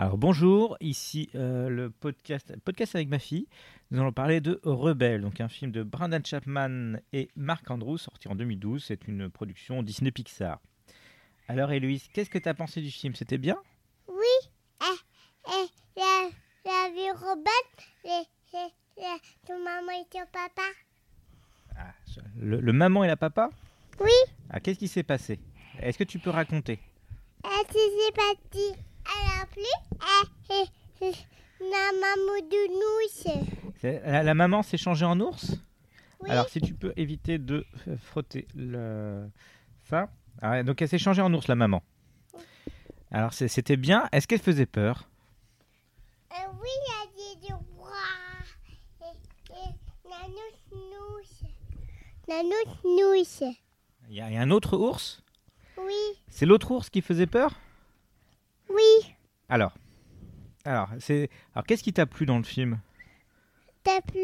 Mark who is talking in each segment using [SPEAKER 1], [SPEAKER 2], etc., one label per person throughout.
[SPEAKER 1] Alors bonjour, ici euh, le podcast, podcast avec ma fille. Nous allons parler de Rebelle, donc un film de Brandon Chapman et Mark Andrews sorti en 2012. C'est une production Disney Pixar. Alors Héloïse, qu'est-ce que tu as pensé du film C'était bien
[SPEAKER 2] Oui, eh, eh, la, la vie Robert, et, et, et, ton maman et ton papa.
[SPEAKER 1] Ah, le, le maman et la papa
[SPEAKER 2] Oui,
[SPEAKER 1] ah, Qu'est-ce qui s'est passé Est-ce que tu peux raconter
[SPEAKER 2] elle s'est partie à la pluie, et, et, et la maman de nous.
[SPEAKER 1] C'est- La, la maman s'est changée en ours
[SPEAKER 2] Oui,
[SPEAKER 1] Alors, si tu peux éviter de euh, frotter le... ça. Ah, donc, elle s'est changée en ours, la maman. Alors, c'est- c'était bien. Est-ce qu'elle faisait peur
[SPEAKER 2] euh, oui, elle a dit du roi. Et, et la nousse nousse. La nousse nousse.
[SPEAKER 1] Il y, a il y a un autre ours
[SPEAKER 2] Oui,
[SPEAKER 1] C'est l'autre ours qui faisait peur
[SPEAKER 2] oui,
[SPEAKER 1] Alors, alors, c'est... alors qu'est-ce qui t'a plu dans le film
[SPEAKER 2] t'as plu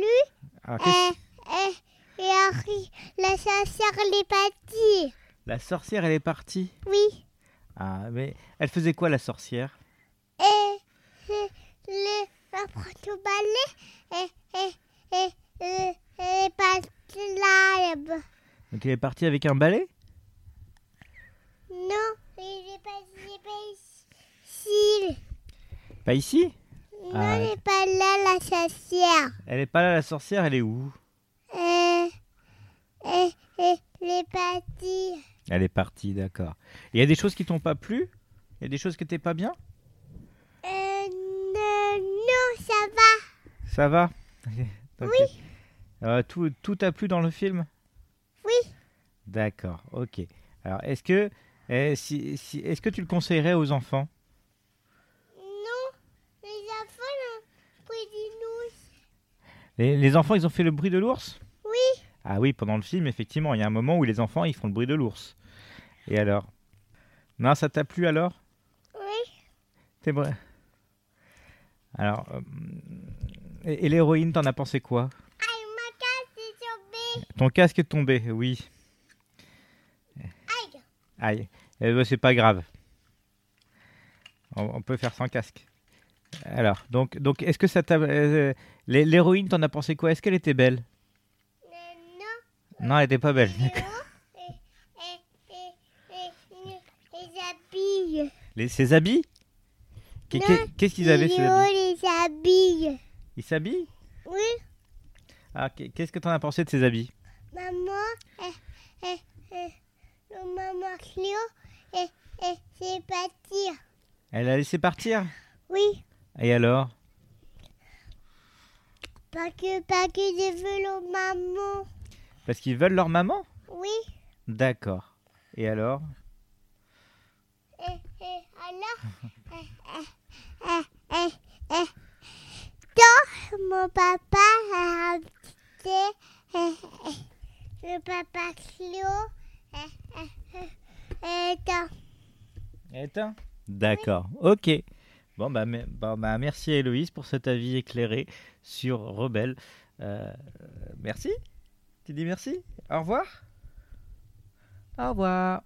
[SPEAKER 1] Alors,
[SPEAKER 2] Eh,
[SPEAKER 1] qu'est-ce-
[SPEAKER 2] eh, et Harry, la chasseur, elle est partie.
[SPEAKER 1] La sorcière, elle est partie.
[SPEAKER 2] Oui.
[SPEAKER 1] Ah, mais elle faisait quoi, la sorcière
[SPEAKER 2] et le- le apprend au ballet et et et et et passe là là-bas.
[SPEAKER 1] Donc, elle est partie avec un balai
[SPEAKER 2] Non, il est pas il est pas ici.
[SPEAKER 1] Pas ici
[SPEAKER 2] Non,
[SPEAKER 1] Ah.
[SPEAKER 2] il est pas là la chassière.
[SPEAKER 1] Elle est pas là, la sorcière, elle est où
[SPEAKER 2] Et et et les parti.
[SPEAKER 1] Elle est partie, d'accord. Il y a des choses qui t'ont pas plu Il y a des choses que t'es pas bien
[SPEAKER 2] Euh, non, non, ça va.
[SPEAKER 1] Ça va Oui. tout, tout a plu dans le film
[SPEAKER 2] Oui.
[SPEAKER 1] D'accord, ok. Alors, est-ce que, eh, si, si- est-ce que tu le conseillerais aux enfants
[SPEAKER 2] Non, les enfants ont pris du nous.
[SPEAKER 1] les, les enfants, ils ont fait le bruit de l'ours
[SPEAKER 2] Oui.
[SPEAKER 1] Ah oui, pendant le film, effectivement, il y a un moment où les enfants, ils font le bruit de l'ours. Et alors Non, ça t'a plu alors
[SPEAKER 2] Oui.
[SPEAKER 1] T'es vrai Alors, euh, et, et l'héroïne, t'en as pensé quoi
[SPEAKER 2] Aïe, ma case est tombée.
[SPEAKER 1] Ton casque est tombé, oui.
[SPEAKER 2] Aïe.
[SPEAKER 1] Aïe. Eh ben, c'est pas grave. On, on peut faire sans casque. Alors, donc, donc est-ce que ça t'a. euh, l'hé- L'héroïne, t'en as pensé quoi Est-ce qu'elle était belle
[SPEAKER 2] Euh, non.
[SPEAKER 1] Non, elle était pas belle.
[SPEAKER 2] Les habits.
[SPEAKER 1] Les- ses habits Qu'est-
[SPEAKER 2] Non,
[SPEAKER 1] qu'est- Qu'est-ce qu'ils avaient, ses habits
[SPEAKER 2] les habits.
[SPEAKER 1] Ils s'habillent
[SPEAKER 2] Oui,
[SPEAKER 1] Ah, qu'est- Qu'est-ce que t'en as pensé de ses habits
[SPEAKER 2] maman. eh, eh, eh, le maman Cléo. Et, et c'est parti.
[SPEAKER 1] Elle a laissé partir
[SPEAKER 2] Oui,
[SPEAKER 1] Et alors
[SPEAKER 2] parce que, parce que je veux le maman.
[SPEAKER 1] Parce qu'ils veulent leur maman
[SPEAKER 2] Oui.
[SPEAKER 1] D'accord. Et alors
[SPEAKER 2] Et, et alors eh, eh, eh, eh, eh. Quand mon papa a invité eh, eh, le papa Cléo eh, eh, eh, eh, dans-
[SPEAKER 1] Éteint. D'accord, ok. Bon bah, me- bon, bah, merci à Héloïse pour cet avis éclairé sur Rebelle. Euh, merci. Tu dis merci Au revoir Au revoir.